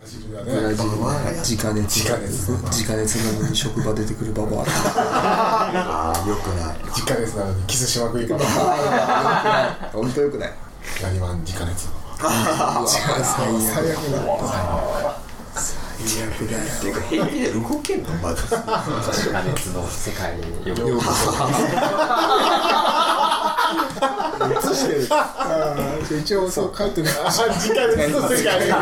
ルだねブラジルは直熱直熱直熱なのに職場出てくるババアああよくない直熱なのにキスしまくりかな本当よくないガリマン直熱最悪最悪だ最悪だよていうか平気で動けんのまだ加熱の世界によくようこそしてるあー一応そう帰ってるあ時間での世界に時間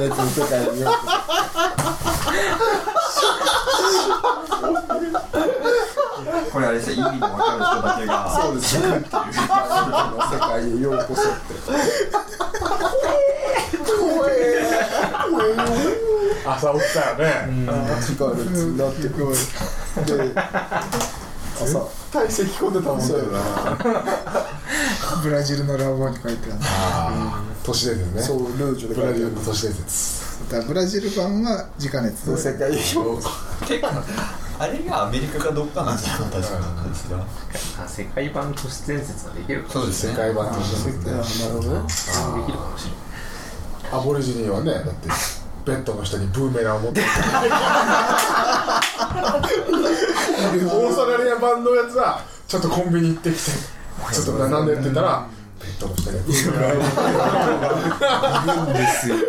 熱の世界にようここれあれですよ意味の分かる人だけがそうですそ世界へようこそって朝起きたよね時間熱になってくるで朝体勢込んでたもんねそうだなブラジルのラボに書いてある都市伝説ねそうルージュでブラジルの都市伝説だからブラジル版は直熱世界へようこてかあれがアメリカかどっかなんじゃない確かにあ世界版都市伝説ができるかそうです世界版都市伝説そねなるほどねできるかもしれないアボリジニはねだってベッドの下にブーメランを持ってるオーストラリア版のやつはちょっとコンビニ行ってきてちょっと並んでって言ったらベッドの下にブーメランを持ってですよるいい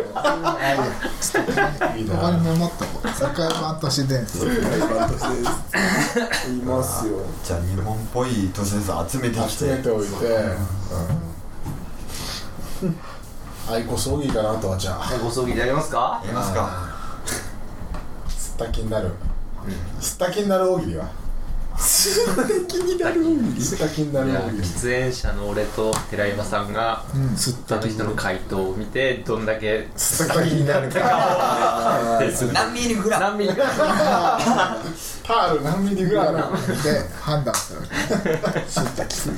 他になメモったこと世界版都市伝説いますよじゃあ日本っぽい都市伝説集めてき集めてておいてあいこ葬儀かなあとはじゃあご葬儀でやりますかやりますかすった気になるすった気になる大喜利はすった気になるいや大喜利すっ喫煙者の俺と寺山さんが他の人の回答を見てどんだけた気になる大喜利何ミリぐらい何ミリかパール何ミリぐらいなので判断するエ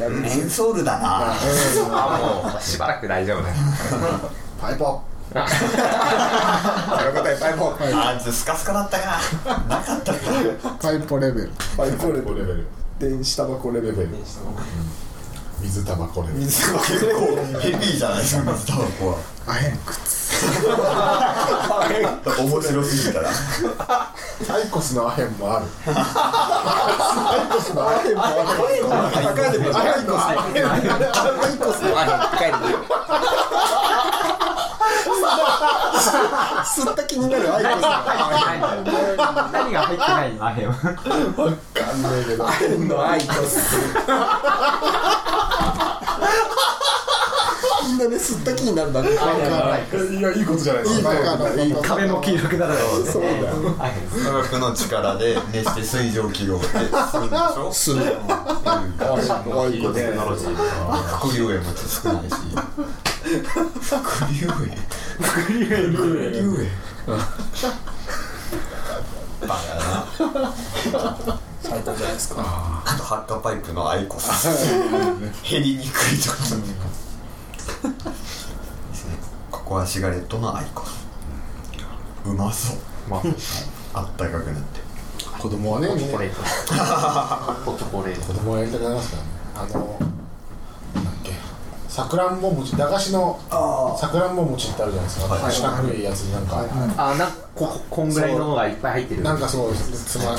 ンソールだなあもうしばらく大丈夫だよパイポあースカスカだったかななかったかパイプレベルパイコレレベル電子タバコレベレベルル水タバコレベル結構ヘビーじゃないですか水タバコはアヘン靴面白すぎたらアイコスのアヘンもあるアイコスのア ヘンもあるアイコスのアヘンもある吸った気になるアイコス何が入ってないのあへんはわかんないけどアヘンのアイコスみんなね吸った気になるんだねいやいいことじゃないですかいい壁も黄色くなるのそうだよあへん科学の力で熱して水蒸気を吸うんでしょ吸うアイコステクノロジー副流煙も少ないし副流煙副流煙バカだな最高じゃないですかあと発火パイプのアイコス減りにくいとかですねここはシガレットのアイコスうまそうあったかくなって子供はねチョコレー トホットコレート子供はやりたくなりますからねあのなんだっけさくらんぼ餅駄菓子のさくらんぼ餅ってあるじゃないですか四角いやつになんかあなんかこここんぐらいののがいっぱい入ってるなんかそうつま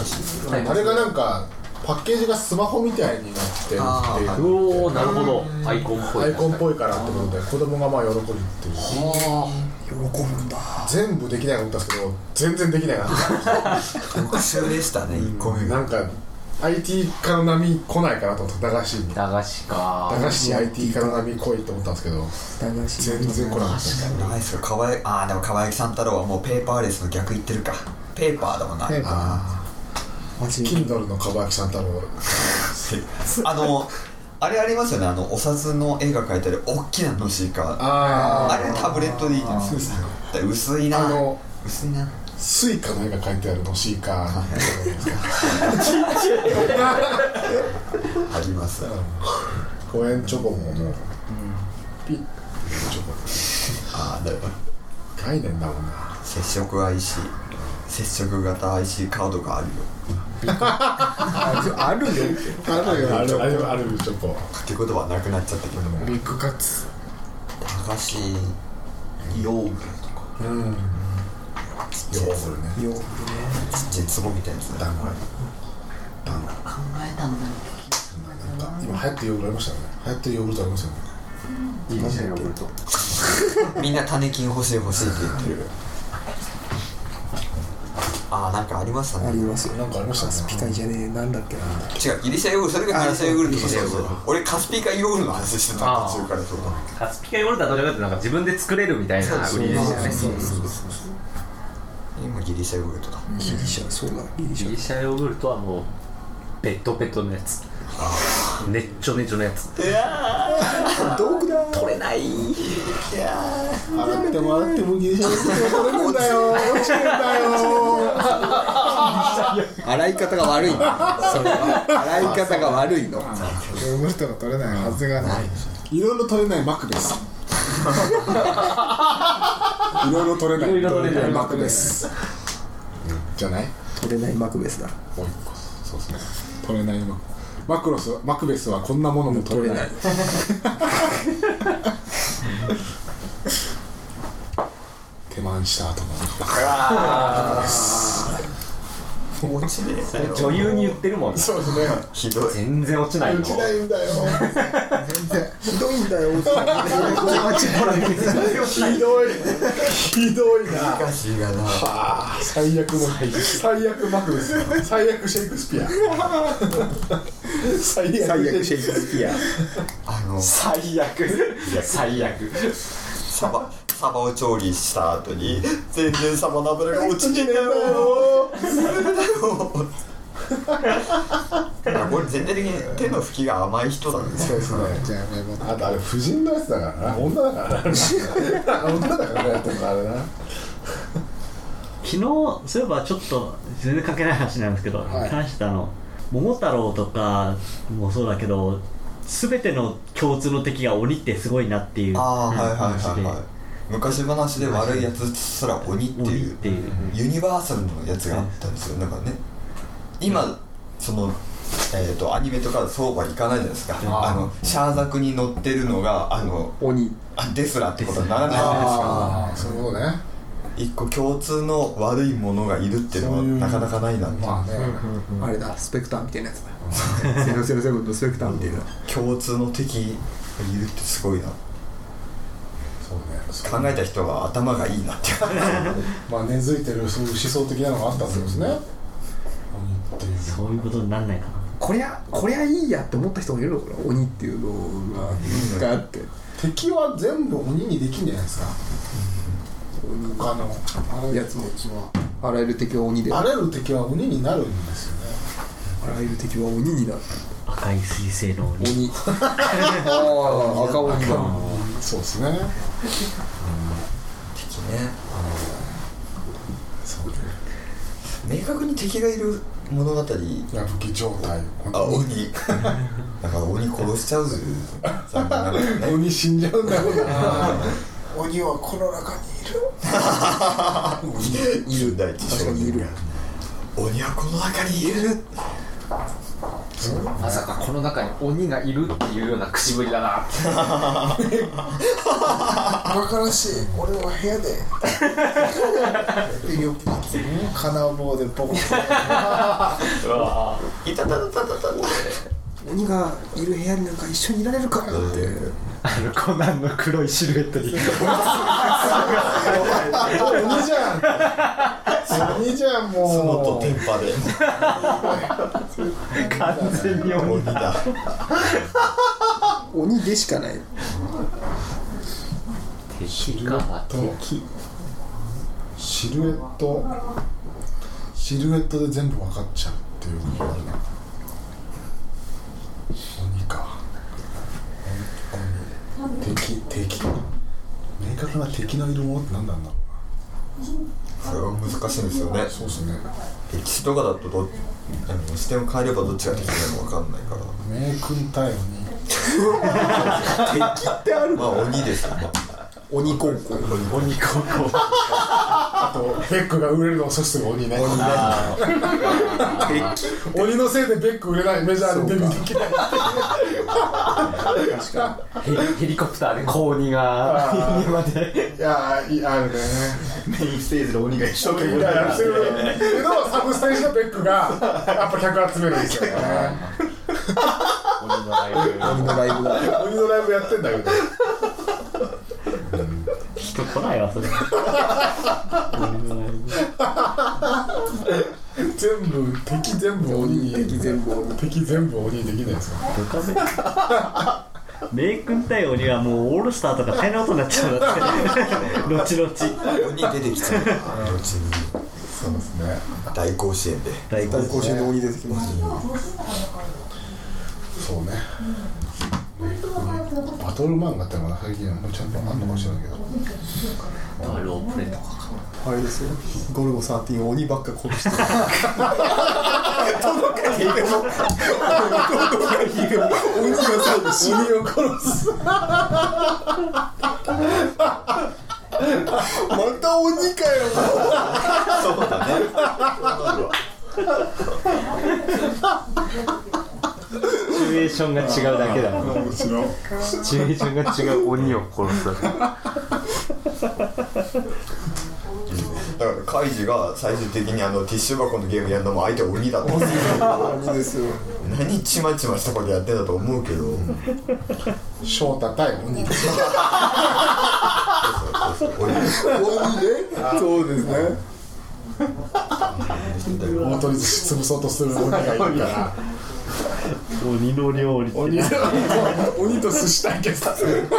あれがなんかパッケージがスマホみたいになってるっていううおーなるほどアイコンっぽいアイコンっぽいからってことで子供がまあ喜ぶっていう喜ぶんだ全部できないと思ったんですけど全然できないな特殊でしたね1個目なんか IT 化の波来ないかなと思った駄菓子に駄駄菓子か菓子に IT 化の波来いと思ったんですけど全然来なかったないですよかわいあーでも川崎さん太郎はもうペーパーレスの逆言ってるかペーパーだもんなペーパーあー Kindle のかばやきさん太郎あのあれありますよねあのお札の絵が描いてある大きなのしかあああれタブレットでいいじゃないですか薄いあなの薄いなスイカの絵が描いてあるのシーカーあります公園チョコももうピッチョコああだよ概念だもんな接触 IC 接触型 IC カードがあるよあるよあるよあるあるあるチョコってことはなくなっちゃったけどもビッグカツ駄菓子ヨーグルとかうんヨーグルねヨーグルね絶望みたいなやつ団子団考えたんだよ子なんか今流行ってるヨーグルありましたよね流行ってるヨーグルトありますよねいいねヨーグルトみんな種菌欲しい欲しいって言ってるああなんかありましたありねますよなんかありましたねカスピ海じゃねえなんだっけな違うギリシャヨーグルトそれがギリシャヨーグルトあそそううそうそう俺カスピカヨーグルトの話してたあー途中からそうだカスピカヨーグルトはどれかっていうとなんか自分で作れるみたいな売りですよねそうそうそうそう今ギリシャヨーグルトだギリシャそうだギリシギャリシャヨーグルトはもうベトベトのやつねっちょねちょのやつどこだ取れ ない洗っても洗ってもギリシャヨーグルトが取れるんだよ落ちるんだよ洗い方が悪いそれ は洗い方が悪いのヨーグルトが取れないはずがないいろいろ取れないマックですいろいろ取れないいろいろ取れないマックですじゃない取れないマクベスだもう一個そうですね取れないママクロスマクベスはこんなものも取れない手満した後の落ちねえ女優に言ってるもんそうですねひどい全然落ちないの落ちないんだよ全然ひどいんだよひどいひどいな難しいがなあー最悪の最悪マクベス最悪シェイクスピア 最悪最悪シェイクスピアあの最悪最悪サバサバを調理した後に全然サバの油が落ちてんだよ だよこれ全体的に手の拭きが甘い人なんですそうですねじゃあメモあとあれ婦人のやつだからな女だからな女だからやってるからあれな昨日そういえばちょっと全然関係ない話なんですけど、はい関してあの「桃太郎」とかもそうだけど全ての共通の敵が鬼ってすごいなっていうああはい話はいはいではい昔話で悪いやつすら鬼って鬼いっうていうユニバーサルのやつがあったんですよなんかね今そのえー、とアニメとかそうはいかないじゃないですかあのシャーザクに乗ってるのがあの鬼あデスラってことにならないじゃないですかああそういうことね一個共通の悪いものがいるっていうのはなかなかないなってまあね、あれだスペクターみたいなやつだセロセロセブンのスペクターみたいな共通の敵がいるってすごいなそうねそう考えた人は頭がいいな ってまあ根付いてるそういう思想的なのがあったんですね鬼っていうそういうことになんないかなこりゃこりゃいいやって思った人もいるのかな鬼っていうのががあって敵は全部鬼にできんじゃないですか他のあらゆやるつもあらゆる敵は鬼でああらゆる敵は鬼になるんですよねらゆる敵は鬼になる赤い彗星の鬼鬼ああ赤鬼だそうですね敵ね明確に敵がいる物語あ矢吹状態鬼 だから鬼殺しちゃうぜ残念ながらね鬼死んじゃうんだろうな鬼はこの中にいる いる第一確かにいる鬼はこの中にいるまさかこの中に鬼がいるっていうような口ぶりだなバカらしい俺は部屋で医療金棒でポコいたたたたたた鬼がいる部屋になんか一緒にいられるかってあのコナンの黒いシルエットに鬼じゃん鬼じゃんもう角と天パで完全に鬼鬼だ鬼でしかない敵か敵シルエットシルエットで全部分かっちゃうっていうのがあるな鬼か鬼敵敵明確な敵のいるものって何なんだろそれは難しいんですよねうそうですね歴史とかだとどあの視点を変えればどっちが敵なのか分かんないから名君対鬼まあ鬼ですよ、まあ、鬼高校鬼高校あとベックが売れるのを阻止する鬼ね鬼のせいでベック売れないメジャーでデビューできないヘリヘリコプターで高2があー 家までいやーいあるねメインステージで鬼が一生懸み命んなやってるけどサブステージのベックがやっぱ客集めるんですよね鬼のライブ俺のライブだ鬼のライブやってんだけど人来ないわそれ全部敵全部鬼に敵全部鬼敵全部鬼にできないですよドカベ メイ君対鬼はもうオールスターとか大変なことになっちゃう だって後々鬼出てきちゃうなうちにそうですね大甲子園で大根甲子園で鬼出てきますそうねバトル漫画ってまだ最近はもうちゃんとあんのかもしれないけどあロープレとかあれですよゴルゴ13鬼ばっか殺して鬼が最後 死にを殺すまた鬼かよシチュエーションが違うだけだもん面白い シチュエーションが違う鬼を殺すだけだからカイジが最終的にあのティッシュ箱のゲームやるのも相手鬼だったんですよ鬼ですよ何ちまちましたことやってたと思うけど翔太対鬼 です鬼鬼ねそうですね大鳥寿司潰そうとする鬼がいるから鬼の料理って鬼鬼と寿司対決する絶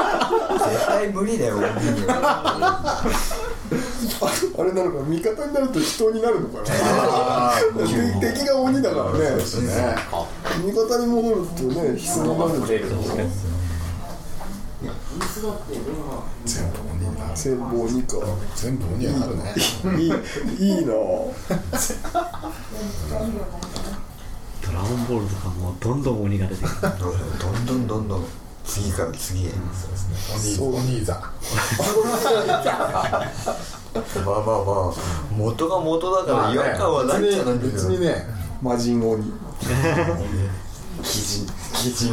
対無理だよ鬼にはあれなのか味方になると人になるのかな敵が鬼だからねね味方に戻るとね必要なんで全部鬼になる全部鬼か全部鬼になるねい いいいなドラゴンボールとかもうどんどん鬼が出てくるどんどんどんどん次から次へそうですね鬼鬼座まあまあまあ元が元だから違和感はないんじゃないんだけど別にね魔人鬼基準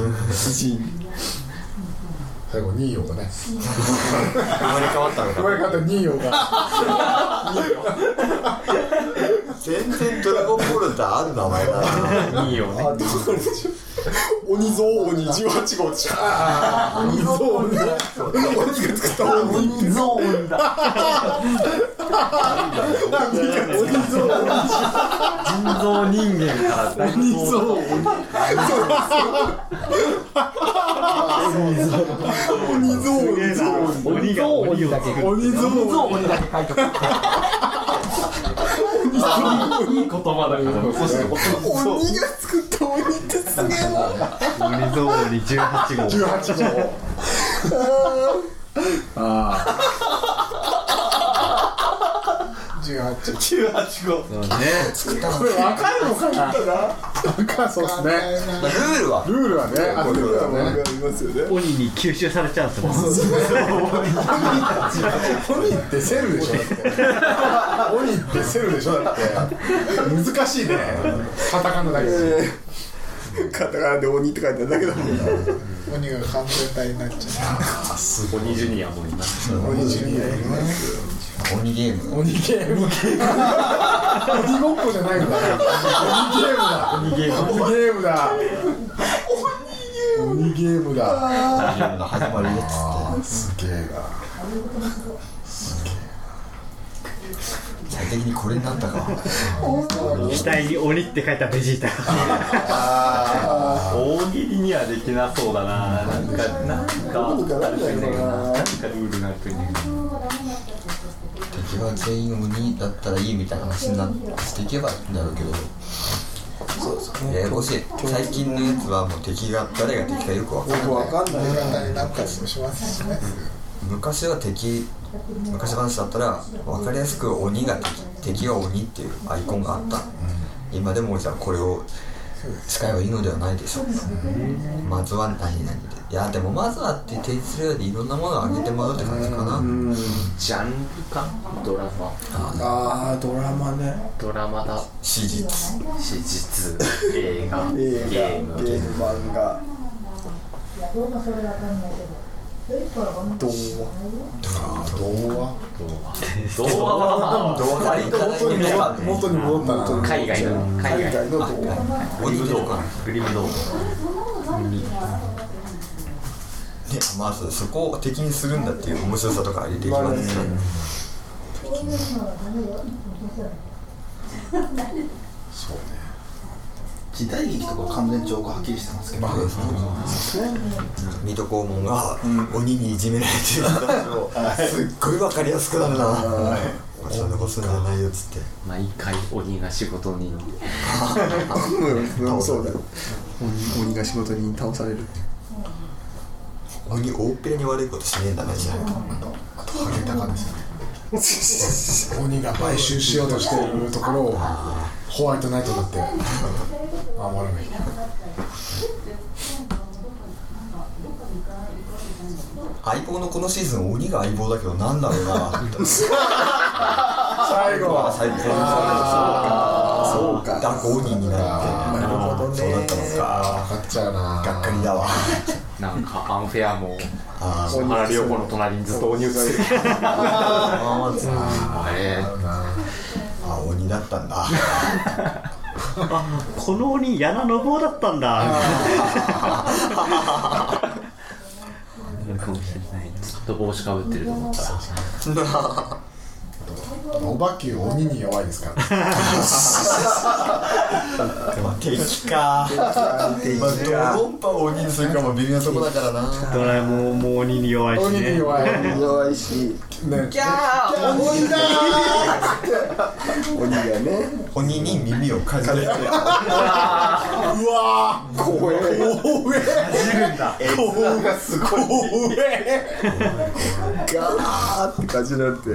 鬼人最後ニーヨがね生まれ変わったの生まれか変わったニーヨが全然ドラゴンボールってある名前だなど鬼をねあどうでしょう鬼像鬼18号でしょ鬼像鬼だ鬼が作った鬼ゾーンだ鬼像鬼人造人間から大鬼像鬼鬼像鬼鬼が鬼を鬼像鬼鬼だけ書いとくいい言葉だからそうですね鬼が作った鬼ってすげえな鬼ゾーンに18号18条あ18 18号そうねあこれ分かるのかな分かるそうですねルールはルールはねあるルールはね鬼に吸収されちゃうんですもん鬼ってセルでしょだって鬼ってセルでしょだって難しいねカタカナだけどカタカナで鬼って書いてあるだけだもん鬼が完全体になっちゃ鬼ジュニアもいます鬼ジュニアね鬼ゲーム鬼ゲーム鬼ごっこじゃないんだ鬼ゲームだ鬼ゲームだ鬼ゲームだゲームが始まるやつあーすげえなって最終的にこれになったか額に鬼って書いたベジータ大喜利にはできなそうだななんかなんかあったりするんだけどななんかルールがあるといいんだけど敵は全員鬼だったらいいみたいな話になしていけばいいんだろうけどそうですねややこしい最近のやつはもう敵が誰が敵かよくわからないかんなう新たになったりもしますしね昔は敵昔話だったら分かりやすく鬼が敵敵は鬼っていうアイコンがあった、今でもじゃあこれを使えばいいのではないでしょうかまずは何々でいやでもまずはって提示するよりいろんなものをあげてもらうって感じかなうんジャンルかドラマああドラマねドラマだ史実史実映画ゲ映画ームゲーム漫画どうも童話童話は動画に行かないではね元に戻ったなまあ海外の海海外外の動画鬼出るかなグリム童話ねまあそうそこを敵にするんだっていう面白さとか入れていきますねそうね時代劇とか完全情がはっきりしてますけどまあ水戸黄門が鬼にいじめられてる話をすっごい分かりやすくなるなそんなことするんじゃないよっつって毎回鬼が仕事人うんそうだよ鬼鬼が仕事に倒される鬼大っぺらに悪いことしねえんだなじゃああとハゲタカですよね鬼が買収しようとしているところをホワイトナイトだって守るべき相棒のこのシーズン鬼が相棒だけどなんだろうな最後最高にさそうれかただ5人になってなるほどそうねなったのか分かっちゃうながっかりだわなんかアンフェアもあー小原涼子の隣にずっと鬼映ってるああーれあ鬼だったんだこの鬼矢野信夫だったんだあるかもしれないずっと帽子かぶってると思ったらお化けは鬼に弱いですからまあ敵かまあドロンパを鬼にするかも微妙なとこだからなドラえもんも鬼に弱いし鬼ねに弱いね弱いしキャー鬼だ鬼がね鬼に耳をかじれてーうわー怖怖ええ怖えがすごい怖えガーって感じになって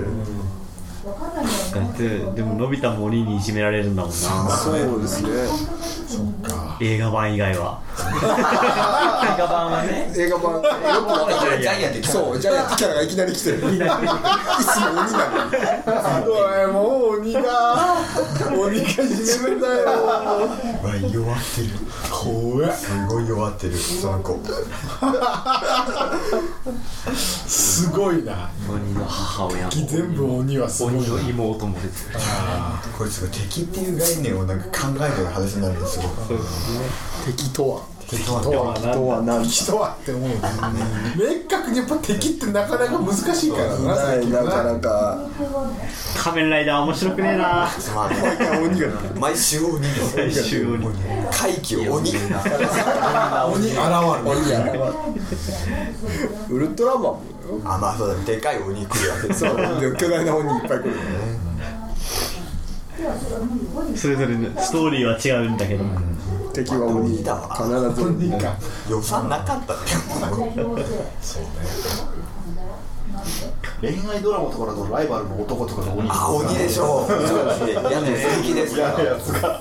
だってでものび太も鬼にいじめられるんだもんなそうですね映画版以外は映画版はね映画版ジャイアンってそうジャイアントキャラがいきなり来てるいつも鬼なのにドラえもん鬼だー鬼がいじめるんだようわ弱ってる怖えすごい弱ってるその子すごいな鬼の母親も全部鬼はすごいな鬼の妹も出てるこれすごい敵っていう概念をなんか考えてる話になるんですよ敵とは敵とはとは何人はって思うよね明確にやっぱ敵ってなかなか難しいからなな最い近なはかなか仮面ライダー面白くねえなまあ鬼が毎週鬼です最終鬼怪奇鬼鬼現る鬼やなウルトラマンもあまあそうだでかい鬼来るわけですそうで巨大な鬼いっぱい来るよねそれぞれねストーリーは違うんだけど敵は鬼必鬼だわず鬼鬼か予算なかったね恋愛ドラマとかだとライバルの男とかが鬼あ鬼でしょう嫌なやつ敵ですからやつが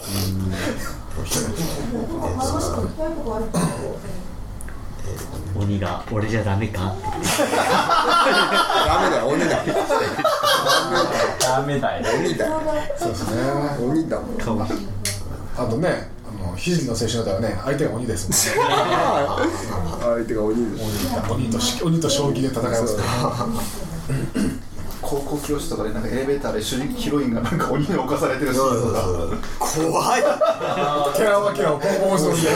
鬼が俺じゃダメかダメだよ鬼だダメだよ鬼だよそうですね鬼だもんかもしれあとねあの肘の青春だったらね相手が鬼ですもんね相手が鬼です鬼とし鬼と将棋で戦いますから高校教師とかでなんかエレベーターで主人ヒロインがなんか鬼に侵されてるシそうーそンうとかそう怖いキャラはキャラをボンボンしてますね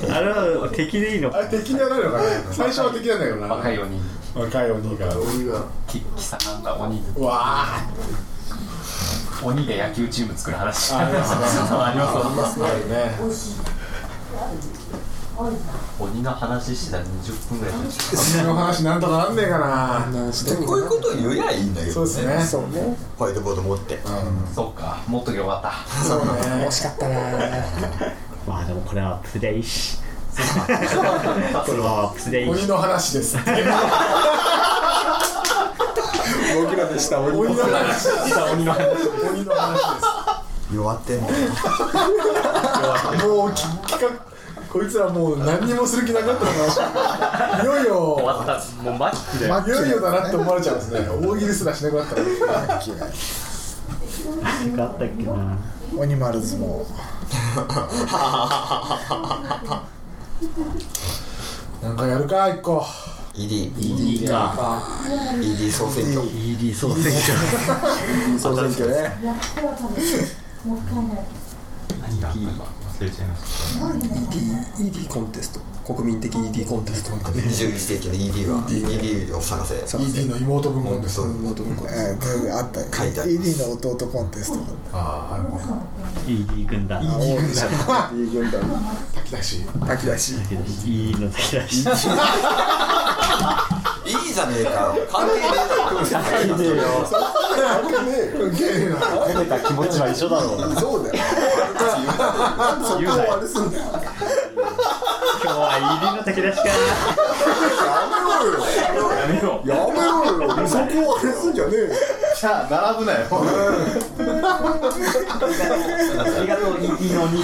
ないあれは敵でいいのあれ敵にはなるのかな最初は敵なんだけどな若い鬼若い鬼がうき貴様が鬼わー鬼で野球チーム作る話ありますねありますありますあるね鬼の話してたら20分ぐらい経っちゃその話なんとかなんねえかなこういうことを言えばいいんだけそうどですねそうねホワイトボード持ってうそうかもっとけばよかっそうねしかったなまあでもこれはアップスでいいしこれはアップスでいい鬼しの話ですって鬼僕らでした鬼の話下 鬼の話鬼の話です弱ってんだよもうき企画こいつらもう何にもする気なかったのかないよい終よわったもうマッチだよいよいよだなって思われちゃうんですね大喜利すらしなくなったのになんかあったっけな鬼丸相撲なんかやるか一個 ED ED か ED 総選挙 ED 総 選挙総選挙ね何があったか忘れちゃいまし ED, ED コンテスト国民的 ED コンテスト21世紀の ED は ED を探せ ED の妹分コンテストそうえーあった書いてあります ED の弟コンテストああ ED 軍団あ大きな ED 軍団滝だし滝だし ED の敵だしいいじゃねえか関係ねえだろた出た気持ちは一緒だろう今そうだよそこをあれすんだよ日は ED の敵だしかやめろやめろよそこをあれすんじゃねえよじゃあ並ぶなよありがとう ED の鬼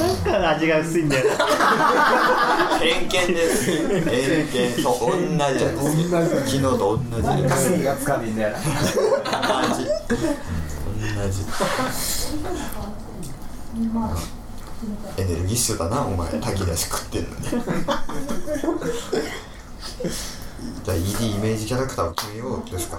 なんか味が薄いんだよ偏見です偏見そう同じなんですよ昨日と同 じです意味がつかねえんだよな同じ同じエネルギッシュだなお前炊き出し食ってんのにじゃあ ED イメージキャラクターを決めようですか